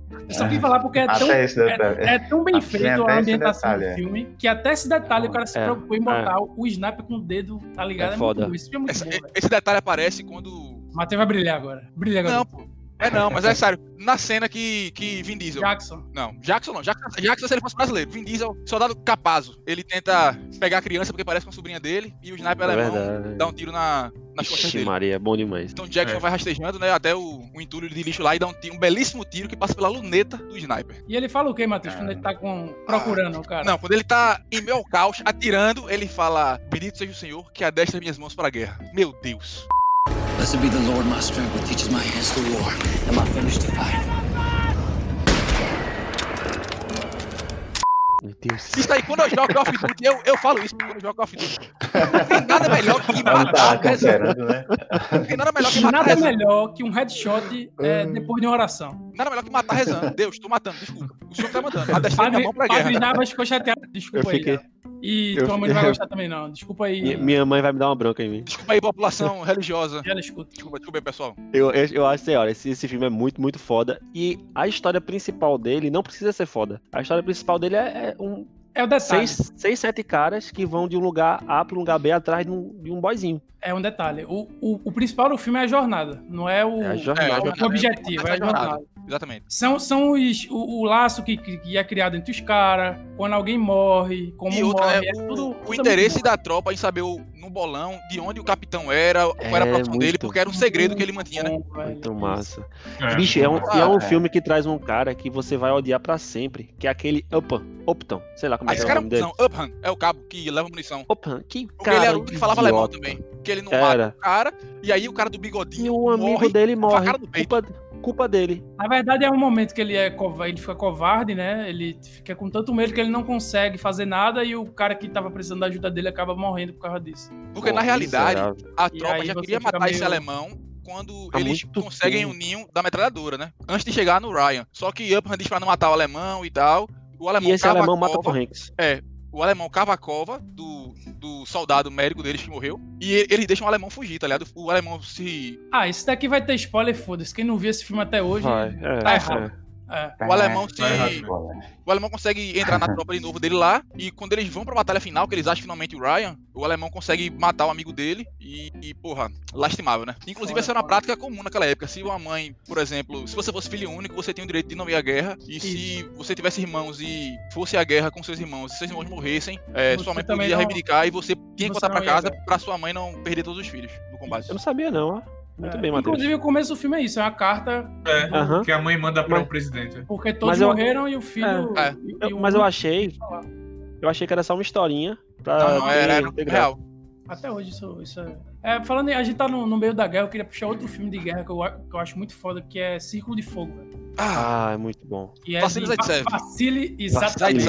Então, Eu só quis falar porque é
Ah, Até
tão,
esse detalhe.
é, é tão bem
Tem
feito
até
a
esse
ambientação do
detalhe, é.
filme que até esse detalhe o cara se
É,
preocupou em botar o sniper com o dedo, tá ligado?
É
muito
foda.
bom, Esse filme é muito
Essa-
bom, velho.
esse detalhe aparece quando.
O Matheus vai brilhar agora. Brilha agora.
Não, pô. É não, mas é sério. Na cena que, que Vin Diesel.
Jackson.
Não, Jackson não. Jackson, Jackson se ele fosse brasileiro. Vin Diesel, soldado capazo. Ele tenta pegar a criança porque parece com a sobrinha dele. E o sniper
É
alemão
verdade.
dá um tiro na, nas costas
Ixi,
dele.
Maria, é bom demais.
Então Jackson
É.
vai rastejando, né? Até o, o entulho de lixo lá e dá um, tiro, um belíssimo tiro que passa pela luneta do sniper.
E ele fala o quê, Matheus,
É.
quando ele tá com, procurando o cara?
Não, quando ele tá em meio ao caos, atirando, ele fala: Bendito seja o Senhor que adestra minhas mãos para a guerra. Meu Deus.
Blessed be the Lord, my strength, who teaches my hands to war and my fingers to fight.
Meu Deus.
Isso aí, quando eu jogo Call of Duty, eu, eu falo isso quando eu jogo Call of Duty. Não tem nada melhor que
Ela não tava
matar César.
é considerando, né?
Não tem nada melhor que matar
Nada
rezando.
melhor que um headshot
Ah.
é, depois de uma oração.
Nada melhor que matar rezando. Deus, tô matando, desculpa. O senhor tá mandando. Adestrei minha
Padre,
mão pra
Padre
guerra.
Navas ficou chateado. Desculpa
Eu
aí.
fiquei-
cara. E
eu
tua mãe não vai
fiquei-
gostar também, não. Desculpa aí.
Minha- Minha mãe vai me dar uma bronca em mim.
Desculpa aí, população religiosa.
Ela escuta.
Desculpa, desculpa aí, pessoal.
Eu, eu, eu acho assim, olha, esse, esse filme é muito, muito foda. E a história principal dele não precisa ser foda. A história principal dele é, é um
É o detalhe.
seis, seis, sete caras que vão de um lugar A pra um lugar B atrás de um, de um boyzinho.
É um detalhe. O, o, o principal do filme é a jornada, não é o,
É a
É,
jornada.
a
o
jornada.
objetivo, é a jornada.
Exatamente.
São, são os, o, o laço que, que que é criado entre os caras, quando alguém morre, como
E outra,
morre.
né?
é tudo-
O,
tudo
o
é
interesse
muito
da tropa em saber o- no bolão de onde o capitão era, qual era a
É,
profissão dele,
muito.
porque era um segredo que ele mantinha, né?
bom, velho.
Muito massa.
É,
Bicho, é um,
muito
Ah,
e é um
massa.
filme que traz um cara que você vai odiar pra sempre, que é aquele Upton. Upton, sei lá como
Ah,
é que
esse
é o
cara é
nome dele.
munição. Uphan é o cabo que leva munição.
Upton, que
Porque
cara
ele era o único que falava alemão
idiota.
também. Que ele não mata
Era.
o cara, e aí o cara do
E
bigodinho.
o amigo
morre
dele
a
morre.
cara no peito.
Culpa, culpa dele.
Na verdade, é um momento que ele é cova- ele fica covarde, né? Ele fica com tanto medo que ele não consegue fazer nada e o cara que tava precisando da ajuda dele acaba morrendo por causa disso.
Porque na
Pô,
realidade,
miserável.
a
E
tropa
aí
já
você
queria
fica
matar esse
meio-
alemão quando
Tá
eles
muito
conseguem
bom.
o ninho da metralhadora, né? Antes de chegar no Ryan. Só que Uphan diz pra não matar o alemão e tal. O alemão
E esse
cava a
alemão mata o
cova.
Tom Hanks.
o alemão cava a cova do, do soldado médico deles que morreu. E e- eles deixam o alemão fugir, tá ligado? O alemão se.
Ah, esse daqui vai ter spoiler, foda-se. Quem não viu esse filme até hoje.
Vai, é,
tá
é.
errado. É.
O alemão se.
tá errado,
O alemão consegue entrar na tropa de novo dele lá. E quando eles vão pra batalha final, que eles acham finalmente o Ryan, o alemão consegue matar o amigo dele. E, e, porra, lastimável, né? Inclusive,
Fora,
essa era uma
fora.
prática comum naquela época. Se uma mãe, por exemplo, se você fosse filho único, você tem o direito de nomear a guerra. E se você tivesse irmãos e fosse a guerra com seus irmãos, e seus irmãos morressem, é,
Você
sua mãe
também
podia
não-
reivindicar e você tinha que
você
voltar pra
não ia,
casa
né?
pra sua mãe não perder todos os filhos no combate.
Eu não sabia, não. ó. Muito
É.
bem, Matheus.
Inclusive, o começo do filme é isso: é uma carta,
É,
Aham.
que a mãe manda pra
Mas-
um presidente.
porque todos
Mas eu-
morreram e o filho.
É.
e-
Eu-
e o
mas eu
único
achei.
que falar.
Eu achei que era só uma historinha. Pra
Não,
Ah,
não, era,
ter-
era
ter graça.
real.
Até hoje isso, isso é... é. Falando em. A gente tá no, no meio da guerra, eu queria puxar outro filme de guerra que eu, a- que eu acho muito foda, que é Círculo de Fogo, velho.
Ah,
Ah, é muito bom.
E é
Vacile
de-
Zaitsev.
Vacile
Zaitsev.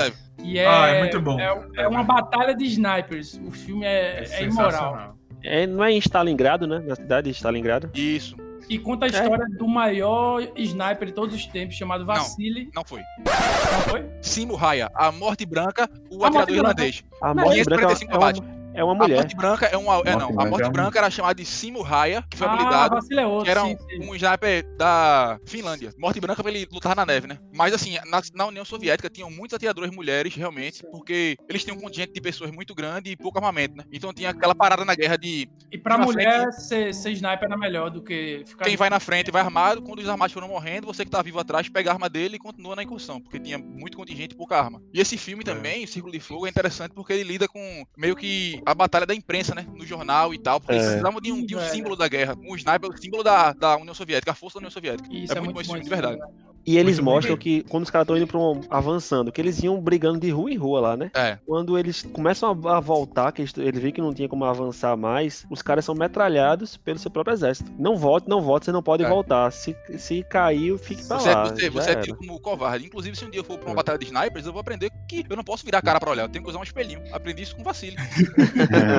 exatamente. E é,
Ah, é muito bom.
É, é uma batalha de snipers. O filme é, é imoral.
sensacional.
É, não é em Stalingrado, né? Na cidade de Stalingrado.
Isso,
E conta a história
É.
do maior sniper de todos os tempos, chamado Vasily.
não foi.
Não, foi?
Simo Raya, a morte branca, o
A Morte
atirador
Branca.
irlandês.
A
Não,
morte branca
545
é
combates.
uma, é uma
A
mulher.
morte branca é uma. É,
Morte
não, a
Branca é
morte
um-
branca era chamada de Simo Raya, que foi
Ah,
habilidado.
Vasily é outro.
Que era um,
sim, sim.
um sniper da Finlândia. Morte branca pra ele lutar na neve, né? Mas assim, na, na União Soviética tinham muitos atiradores mulheres, realmente, porque eles tinham um contingente de pessoas muito grande e pouco armamento, né? Então tinha aquela parada na guerra de
E pra
na
mulher, ser, ser sniper era melhor do que ficar.
quem vai na frente vai armado, quando os armados foram morrendo, você que tá vivo atrás pega a arma dele e continua na incursão, porque tinha muito contingente e pouca arma. E esse filme também, o Círculo de Fogo, é interessante porque ele lida com meio que a batalha da imprensa, né? No jornal e tal, porque eles
É.
precisavam de um, de um
Velho.
símbolo da guerra. Um sniper, o símbolo da, da União Soviética, a força da União Soviética.
Isso é, muito bom,
esse filme, de verdade.
E eles
Muito bem.
mostram que, quando os caras estão indo pra um, avançando, que eles iam brigando de rua em rua lá, né?
É.
Quando eles começam a, a voltar, que eles, eles veem que não tinha como avançar mais, os caras são metralhados pelo seu próprio exército. Não volte, não volte, você não pode
É.
voltar. Se, se cair, fique pra
Você,
Tá lá.
você,
já
você é
era.
tido como covarde. Inclusive, se um dia eu for pra uma
É.
batalha de snipers, eu vou aprender que eu não posso virar a cara pra olhar. Eu tenho que usar um espelhinho. Aprendi isso com o Vacile.
É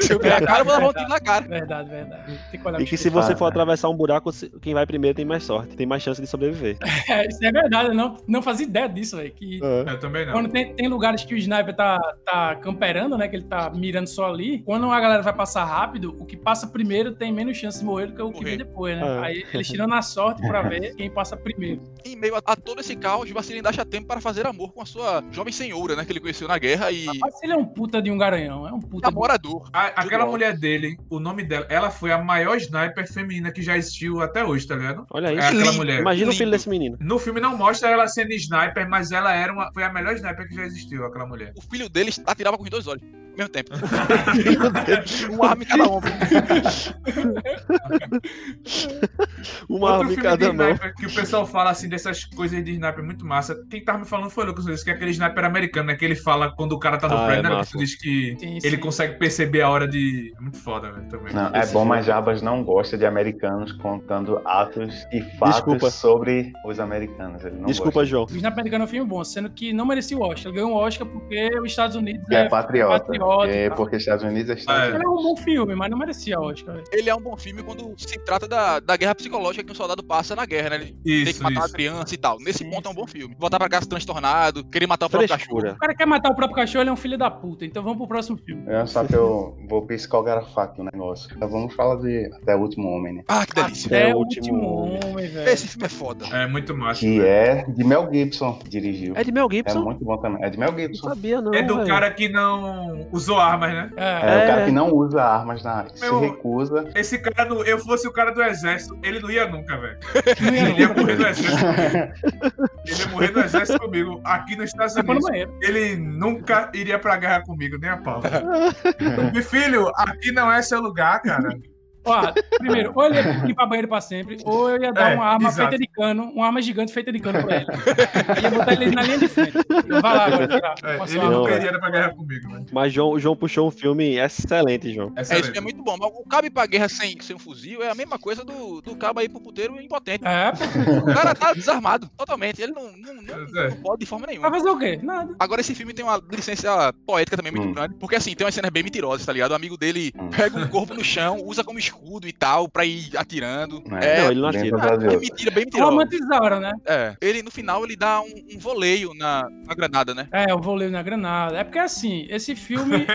Se eu virar a cara, eu vou levar um tiro na cara.
Verdade, né? verdade. Tem que
Tá
olhar
E
pro
que se
espelho.
você
Ah,
for
é.
atravessar um buraco, se- quem vai primeiro tem mais sorte, tem mais chance de sobreviver.
É, isso é verdade, eu não, não fazia ideia disso, velho. Que
Eu também não.
É. Quando tem, tem lugares que o sniper tá, tá camperando, né? Que ele tá mirando só ali. Quando a galera vai passar rápido, o que passa primeiro tem menos chance de morrer do que o que vem
Morrer.
depois, né?
Ah.
Aí eles tiram na sorte pra ver quem passa primeiro.
Em meio a, a todo esse caos, Vacile ainda acha tempo para fazer amor com a sua jovem senhora, né? Que ele conheceu na guerra e
Mas ele é um puta de um garanhão, é um puta de um...
namorador.
A- aquela
Jude Law.
mulher dele, o nome dela, ela foi a maior sniper feminina que já existiu até hoje, tá ligado?
Olha
É
aí.
aquela
lindo.
mulher.
Imagina o
lindo.
filho desse menino.
No filme não mostra ela sendo sniper, mas ela era uma, foi a melhor sniper que já existiu, aquela mulher.
O filho dele atirava com os dois olhos ao mesmo tempo.
Um
Uma arma em cada ombro.
Uma Um arma em cada
de
mão.
sniper que o pessoal fala assim dessas coisas de sniper é muito massa. Quem tava me falando foi o Lucas Luiz, que é aquele sniper americano, né? Que ele fala quando o cara tá no
Ah, é
prédio, né? Que
massa.
tu diz que
Sim,
ele
sim.
consegue perceber a hora de. É muito foda, velho, também.
Não, é
Esse
bom,
jogo.
mas Jabas não gosta de americanos contando atos e fatos
Desculpa.
sobre os americanos. Ele não
Desculpa,
gosta.
João.
O Sniper Americano é um filme bom, sendo que não merecia o Oscar. Ele ganhou o Oscar porque os Estados Unidos
É patriota.
patriota e
é
tal.
porque Estados Unidos é Estados
Ah,
Ele é um bom filme, mas não merecia o Oscar. velho.
Ele é um bom filme quando se trata da, da guerra psicológica que um soldado passa na guerra, né? Ele tem que
Isso,
matar a
isso.
criança e tal. Nesse
Sim,
ponto é um
sim.
bom filme. Voltar pra casa transtornado, querer matar o próprio cachorro.
Frescura.
O cara quer matar o próprio cachorro, ele é um filho da puta. Então vamos pro próximo filme.
Eu É, só que eu vou psicografar aqui o negócio. Então vamos falar de Até o Último Homem, né?
Ah, que delícia.
É
Até
o
o
último
último homem, velho.
Esse filme é foda.
É muito massa.
Que
velho.
é de Mel Gibson, que dirigiu.
É de Mel
É
Gibson?
muito bom também. É de Mel Gibson.
Não sabia, não.
É do
velho.
cara que não usou armas, né?
É.
É,
É.
o cara que não usa armas na arma, se
Meu-
recusa.
Esse cara, do, eu fosse o cara do exército, ele não ia nunca, velho.
Não ia
Ele ia
não.
morrer no exército comigo. Ele ia morrer no exército comigo, aqui nos Estados
Você foi no
Unidos.
banheiro.
Ele nunca iria pra guerra comigo, nem a pau. Meu filho, aqui não é seu lugar, cara.
Ó, primeiro, ou ele ia limpar banheiro pra sempre, ou eu ia dar
É,
uma arma
exato.
feita de cano, uma arma gigante feita de cano pra ele. ia botar ele na linha de frente. Vai lá agora, tirar.
É, ele
não,
nunca
velho.
iria pra guerra comigo, velho.
Mas João, o João puxou um filme excelente, João.
É,
Essa
isso é muito bom. Mas o cabo ir pra guerra sem, sem um fuzil é a mesma coisa do, do cabo aí pro puteiro impotente.
É, pô,
O cara tá desarmado totalmente. Ele não, não, não,
Pois é.
não pode de forma
vai
nenhuma.
fazer o quê? Nada.
Agora esse filme tem uma licença poética também muito
Hum.
grande, porque assim, tem umas cenas bem mentirosas, tá ligado? O amigo dele
Hum.
pega um corpo no chão, usa como escudo e tal, pra ir atirando.
né?
É,
Não, ele não
dentro
atira.
das
é
outras.
mentira, bem mentirosa.
Romantizaram, né?
É. Ele, no final, ele dá um, um voleio na, na granada, né?
É, eu vou ler na granada. É porque assim, esse filme.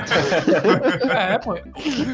é, pô.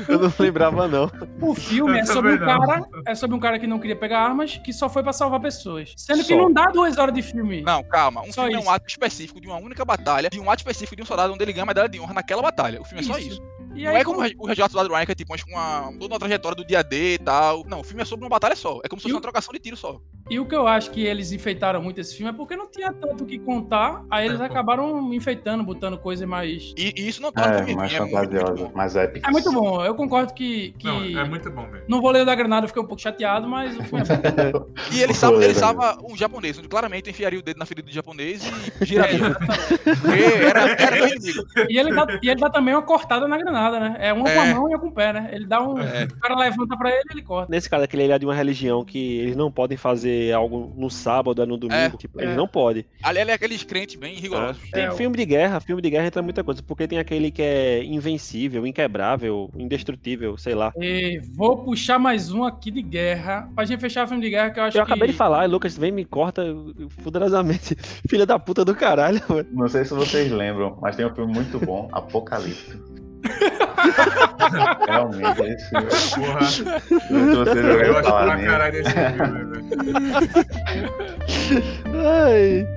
Eu não lembrava, não.
O filme
Eu
é sobre um
também não.
cara. É sobre um cara que não queria pegar armas, que só foi pra salvar pessoas. Sendo que
Só.
não dá duas horas de filme.
Não, calma. Um
Só
filme é
isso.
um ato específico de uma única batalha, de um ato específico de um soldado onde ele ganha a medalha de honra naquela batalha. O filme é só
Isso.
isso.
E
Não
aí,
é
como...
como o Resgate do Ryan, que é tipo acho que uma, toda uma trajetória do dia D e tal. Não, o filme é sobre uma batalha só. É como se
E
fosse
o-
uma trocação de tiro só.
E o que eu acho que eles enfeitaram muito esse filme é porque não tinha tanto o que contar. Aí eles
É, pô.
acaram enfeitando, botando coisa mais.
E, e isso não torna o
É,
filme
mais
ruim, muito, muito
fantasiosa,
bom.
mais épica.
É muito bom. Eu concordo que. que...
Não, é
Não,
muito bom, velho.
vou ler o da granada, eu fiquei um pouco chateado, mas o filme é bom.
E ele salva, ele
Goleiro.
salva um japonês, onde claramente eu enfiaria o dedo na ferida do japonês e giraria. Porque era, era meu inimigo.
E ele, dá, e ele dá também uma cortada na granada, né? É uma com
É.
a mão e uma com o pé, né? Ele dá um.
É.
O cara levanta pra ele e ele corta.
Nesse caso, aquele ele é de uma religião que eles não podem fazer algo no sábado, no domingo. tipo, Eles
é.
não podem.
Ali ele é aqueles crentes bem rigorosos.
Tem
É, o-
filme de guerra, filme de guerra entra muita coisa, porque tem aquele que é invencível, inquebrável, indestrutível, sei lá.
E vou puxar mais um aqui de guerra. Pra gente fechar o filme de guerra, que eu acho
Eu
que.
acabei de falar, e Lucas vem e me corta fuderosamente. Filha da puta do caralho, velho.
Não sei se vocês lembram, mas tem um filme muito bom, Apocalipse. Realmente, é esse filme.
Porra,
Se vocês
eu
ouviram
acho
falar
pra
nele,
caralho desse filme, velho.
Ai.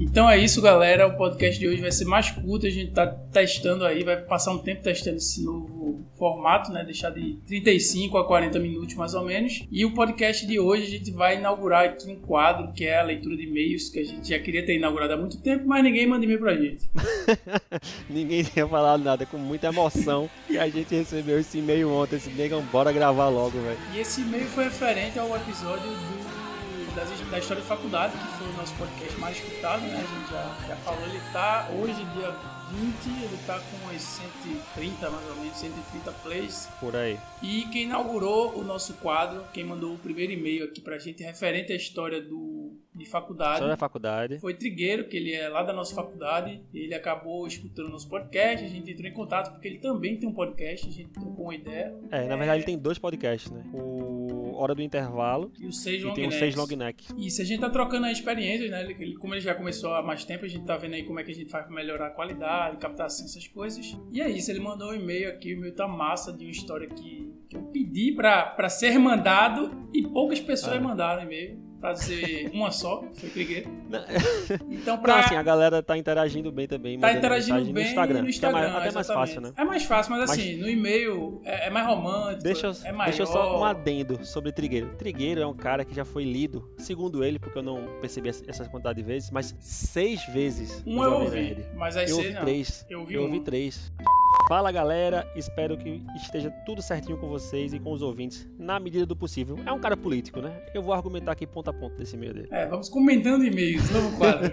Então é isso, galera. O podcast de hoje vai ser mais curto. A gente tá testando aí, vai passar um tempo testando esse novo formato, né? Deixar de 35 a 40 minutos mais ou menos. E o podcast de hoje a gente vai inaugurar aqui um quadro que é a leitura de e-mails, que a gente já queria ter inaugurado há muito tempo, mas ninguém manda e-mail pra gente.
Ninguém tinha falado nada, com muita emoção. E a gente recebeu esse e-mail ontem, esse negão, bora gravar logo, velho.
E esse e-mail foi referente ao episódio do- das- da história de faculdade, que foi o nosso podcast mais escutado, né? A gente já, já falou, ele tá hoje, dia 20, ele tá com uns 130, mais ou menos, 130 plays.
Por aí.
E quem inaugurou o nosso quadro, quem mandou o primeiro e-mail aqui pra gente, referente à história do, de faculdade,
Só da faculdade.
foi Trigueiro, que ele é lá da nossa faculdade. Ele acabou escutando nosso podcast, a gente entrou em contato porque ele também tem um podcast, a gente trocou uma ideia.
É, na verdade ele tem dois podcasts, né? O Hora do Intervalo
E o Seis
e
Long
tem um o
Necks.
Seis Long Neck.
E se a gente tá trocando aí experiências, né? Ele- Como ele já começou há mais tempo, a gente tá vendo aí como é que a gente faz pra melhorar a qualidade, captação, essas coisas. E é isso, ele mandou um e-mail aqui, o e-mail tá massa, de uma história que, que eu pedi pra, pra ser mandado e poucas pessoas
Ah.
mandaram e-mail. pra dizer uma só, foi Trigueiro.
Não,
Então,
Então,
pra.
assim, a galera tá interagindo bem também.
Tá
mandando
interagindo
mensagem
bem
no Instagram.
no
que é
Instagram.
mais- até mais
exatamente.
fácil, né?
É mais fácil, mas
Mas-
assim, no e-mail é, é mais romântico.
Deixa eu,
é maior.
deixa eu só um adendo sobre Trigueiro. Trigueiro é um cara que já foi lido, segundo ele, porque eu não percebi essa- essa quantidade de vezes, mas seis vezes.
Um
no
eu
Jovem
ouvi,
Nerd.
mas aí
Eu
você
ouvi
não.
três.
Eu ouvi um.
Eu ouvi
uma.
três. Fala galera, espero que esteja tudo certinho com vocês e com os ouvintes, na medida do possível. É um cara político, né? Eu vou argumentar aqui ponto a ponto desse meio dele.
É, vamos comentando e-mails, novo quadro.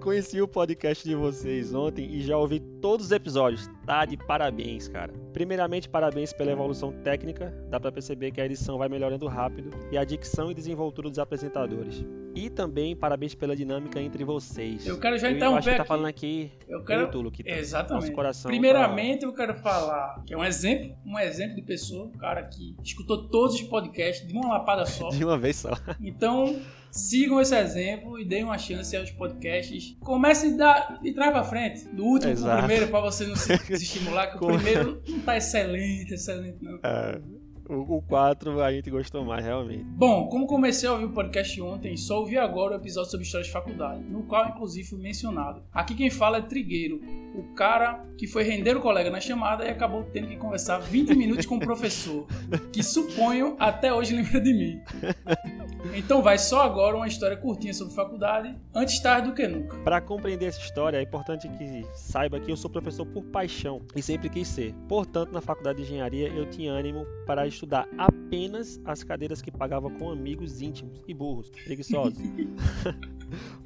Conheci o podcast de vocês ontem e já ouvi todos os episódios. Tá de parabéns, cara. Primeiramente, parabéns pela evolução técnica. Dá pra perceber que a edição vai melhorando rápido e a dicção e desenvoltura dos apresentadores. E também parabéns pela dinâmica entre vocês.
Eu quero já
Eu acho
interromper
que tá
aqui.
falando aqui
Eu
eu e
quero.
Tulo, que tá-
Exatamente.
nosso coração. tá-
Primeiramente, eu quero falar que é um exemplo, um exemplo de pessoa, um cara que escutou todos os podcasts de uma lapada só.
De uma vez só.
Então, sigam esse exemplo e deem uma chance aos podcasts. Comecem da, de trás pra frente, do último pro
Exato.
primeiro, pra você não se desestimular, que o
Com-
primeiro não tá excelente, excelente, não.
É, o 4 a gente gostou mais, realmente.
Bom, como comecei a ouvir o podcast ontem, só ouvi agora o episódio sobre história de faculdade, no qual inclusive fui mencionado. Aqui quem fala é Trigueiro, o cara que foi render o colega na chamada e acabou tendo que conversar 20 minutos com o professor, que suponho até hoje lembra de mim. Então vai só agora uma história curtinha sobre faculdade, antes tarde do que nunca.
Para compreender essa história, é importante que saiba que eu sou professor por paixão e sempre quis ser. Portanto, na faculdade de engenharia, eu tinha ânimo para estudar apenas as cadeiras que pagava com amigos íntimos e burros, preguiçosos.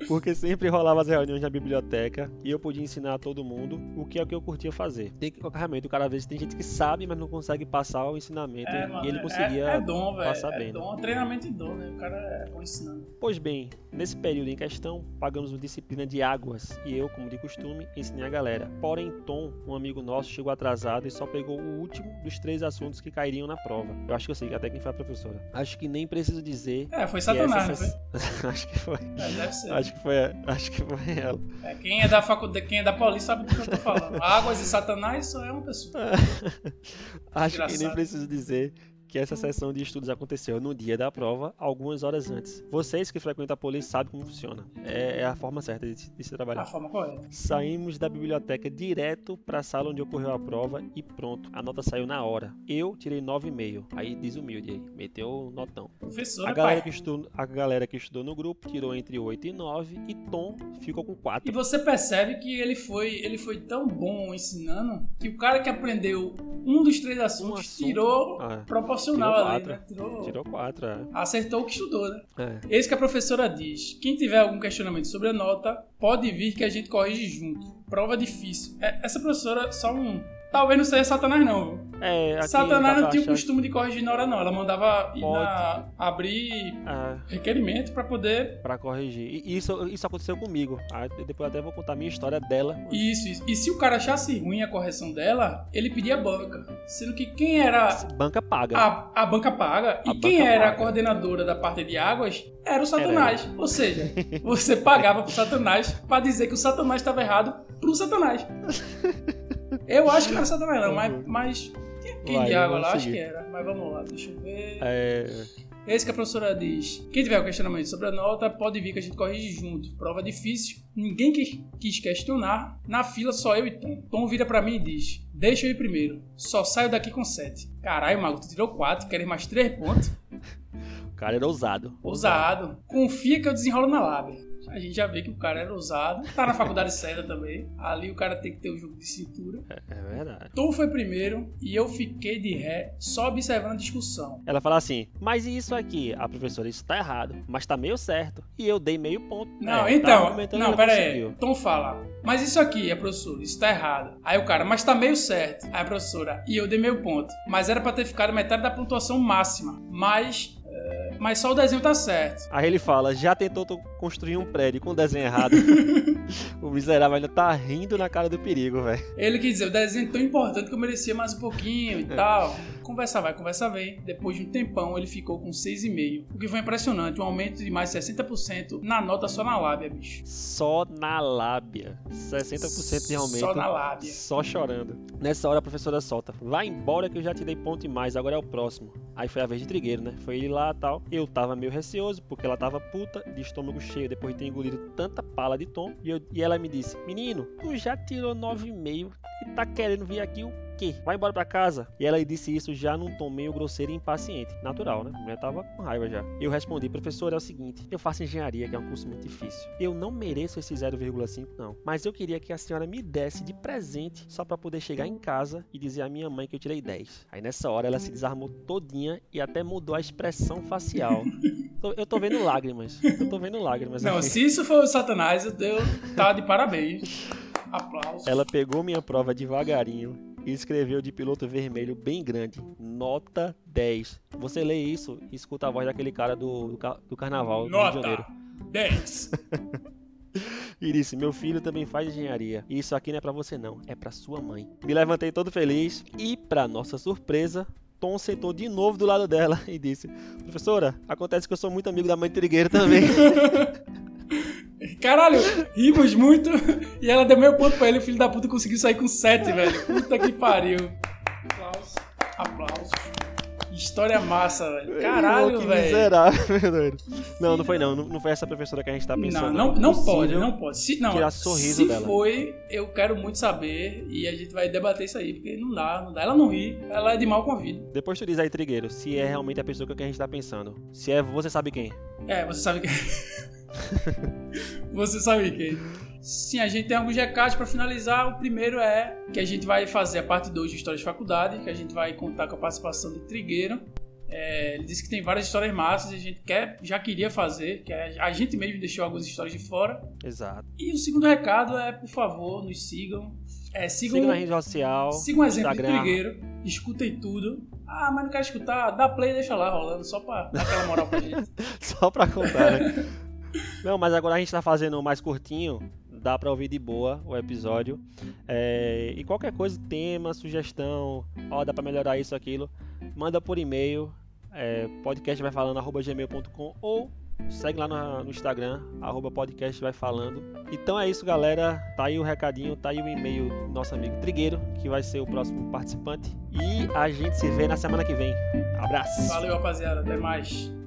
Porque sempre rolava as reuniões na biblioteca e eu podia ensinar a todo mundo o que é que eu curtia fazer. Tem que, realmente, o cara às vezes tem gente que sabe, mas não consegue passar o ensinamento e ele conseguia
é, é dom, velho.
passar
É
bem, né?
dom, treinamento e dom, né? O cara é bom ensinando.
Pois bem, nesse período em questão, pagamos uma disciplina de águas e eu, como de costume, ensinei a galera. Porém, Tom, um amigo nosso, chegou atrasado e só pegou o último dos três assuntos que cairiam na prova. Eu acho que eu sei até quem foi a professora. Acho que nem preciso dizer.
É, foi
que essa
Satanás, não foi?
sess- acho que foi.
É, deve ser.
Acho que foi, acho que foi ela.
É, quem é da faculdade, quem é da Paulista sabe do que eu tô falando. Águas e Satanás só é uma pessoa.
Acho que nem
Engraçado.
preciso dizer que essa sessão de estudos aconteceu no dia da prova, algumas horas antes. Vocês que frequentam a polícia sabem como funciona. É, é a forma certa de, se- de se trabalhar.
A forma correta.
Saímos da biblioteca direto pra sala onde ocorreu a prova e pronto, a nota saiu na hora. Eu tirei 9,5. Aí desumilde aí, meteu o notão.
Professora,
A galera, que
é pai.
estudou, a galera que estudou no grupo tirou entre 8 e 9 e Tom ficou com
E
4.
você percebe que ele foi, ele foi tão bom ensinando que o cara que aprendeu um dos três assuntos
assunto.
tirou
Ah,
proporcional
tirou
ali,
quatro.
né? Tirou,
tirou 4, é.
Acertou o que estudou, né?
É.
Eis que a professora diz: quem tiver algum questionamento sobre a nota, pode vir que a gente corrige junto. Prova difícil. É, essa professora, só um. Talvez não seja Satanás, não. viu?
É, aqui dá
Satanás
pra
não tinha o
achar-
costume de corrigir na hora, não. Ela mandava ir
Pode.
na- abrir
Ah,
requerimento pra poder.
pra corrigir. E isso, isso aconteceu comigo. Ah, eu depois até vou contar a minha história dela.
Isso, isso. E se o cara achasse ruim a correção dela, ele pedia banca. Sendo que quem era
Banca paga.
a, a banca paga e
A
quem
banca
era a
paga.
coordenadora da parte de águas era o
Era
Satanás. Ou seja, você pagava pro Satanás pra dizer que o Satanás estava errado pro Satanás. Eu acho que não era Satanás, não, mas. mas tinha quem
Vai,
de água
vamos
lá, acho
seguir.
que era. Mas vamos lá, deixa eu ver.
É,
Esse que a professora diz. Quem tiver questionamento sobre a nota, pode vir que a gente corrige junto. Prova difícil. Ninguém quis, quis questionar. Na fila, só eu e Tom. Tom vira pra mim e diz: Deixa eu ir primeiro. Só saio daqui com 7. Caralho, Mago, tu tirou 4. Querem mais 3 pontos?
o cara era ousado.
Ousado. Confia que eu desenrolo na lábia. A gente já vê que o cara era ousado. Tá na faculdade certa também. Ali o cara tem que ter o jogo de cintura.
É verdade.
Tom foi primeiro e eu fiquei de ré, só observando a discussão.
Ela fala assim, mas e isso aqui? A professora, isso tá errado, mas tá meio certo. E eu dei meio ponto.
Não,
É, tá
então.
argumentando,
não,
ela
pera aí.
conseguiu.
Tom fala. Mas isso aqui, a professora, isso tá errado. Aí o cara, mas tá meio certo. Aí a professora, e eu dei meio ponto. Mas era pra ter ficado metade da pontuação máxima. eh, Mas. é, mas só o desenho tá certo.
Aí ele fala, já tentou to- construir um prédio com um desenho errado. o miserável ainda tá rindo na cara do perigo, velho.
Ele quis dizer, o desenho é tão importante que eu merecia mais um pouquinho
É.
e tal. Conversa vai, conversa vem. Depois de um tempão, ele ficou com 6,5. O que foi impressionante, um aumento de mais 60% na nota só na lábia, bicho.
Só na lábia. 60% de aumento.
Só na lábia.
Só chorando. Nessa hora a professora solta. Vai embora que eu já te dei ponto e mais, agora é o próximo. Aí foi a vez de trigueiro, né? Foi ele lá tal. Eu tava meio receoso, porque ela tava puta, de estômago cheio, depois de ter engolido tanta pala de tom. E, eu- e ela me disse: Menino, tu já tirou 9,5 e tá querendo vir aqui o quê? Vai embora pra casa. E ela disse isso já num tom meio grosseiro e impaciente. Natural, né? A mulher tava com raiva já. Eu respondi: Professor, é o seguinte, eu faço engenharia, que é um curso muito difícil. Eu não mereço esse 0,5, não. Mas eu queria que a senhora me desse de presente só pra poder chegar em casa e dizer à minha mãe que eu tirei 10. Aí nessa hora ela se desarmou todinha e até mudou a expressão facial. Tô- Eu tô vendo lágrimas. Eu tô vendo lágrimas.
Não,
aqui.
se isso foi o Satanás, eu eu tá de parabéns. Aplausos.
Ela é pegou minha prova devagarinho e escreveu de piloto vermelho bem grande. Nota 10. Você lê isso e escuta a voz daquele cara do, do, ca- do carnaval do Rio de Janeiro.
Nota 10.
E disse: Meu filho também faz engenharia. E isso aqui não é pra você, não. É pra sua mãe. Me levantei todo feliz e, pra nossa surpresa, Tom sentou de novo do lado dela e disse: Professora, acontece que eu sou muito amigo da mãe de Trigueiro também.
Caralho, rimos muito e ela deu meio ponto pra ele. O filho da puta conseguiu sair com 7, velho. Puta que pariu. Aplausos, aplausos. História massa, velho. Caralho,
que
velho.
miserável, doido. Não, não foi não. Não não foi essa professora que a gente tá
Não,
pensando.
não, não pode,
Possível.
não pode. Se, não,
tirar sorriso
se
dela.
foi, eu quero muito saber e a gente vai debater isso aí, porque não dá, não dá. Ela não ri, ela é de mal com a vida.
Depois tu diz aí, Trigueiro, se é realmente a pessoa que a gente tá pensando. Se é, você sabe quem.
É, você sabe quem. você sabe quem. Sim, a gente tem alguns recados pra finalizar. O primeiro é que a gente vai fazer a parte 2 de História de Faculdade, que a gente vai contar com a participação do Trigueiro. É, ele disse que tem várias histórias massas e a gente quer, já queria fazer, que é, a a gente mesmo deixou algumas histórias de fora.
Exato.
E o segundo recado é, por favor, nos sigam. É, sigam,
Siga na rede social.
Siga um exemplo de
Instagram.
trigueiro, escutem tudo. Ah, mas não quer escutar? Dá play e deixa lá rolando, só pra dar aquela moral pra gente.
Só pra contar, né? Não, mas agora a gente tá fazendo mais curtinho. Dá pra ouvir de boa o episódio. É, e qualquer coisa, tema, sugestão, ó, dá pra melhorar isso, aquilo. Manda por e-mail. É, podcast vai falando, arroba gmail.com ou segue lá na- no, Instagram, arroba podcast vai falando. Então é isso, galera. Tá aí o recadinho, tá aí o e-mail do nosso amigo Trigueiro, que vai ser o próximo participante. E a gente se vê na semana que vem. Abraço!
Valeu, rapaziada. Até mais.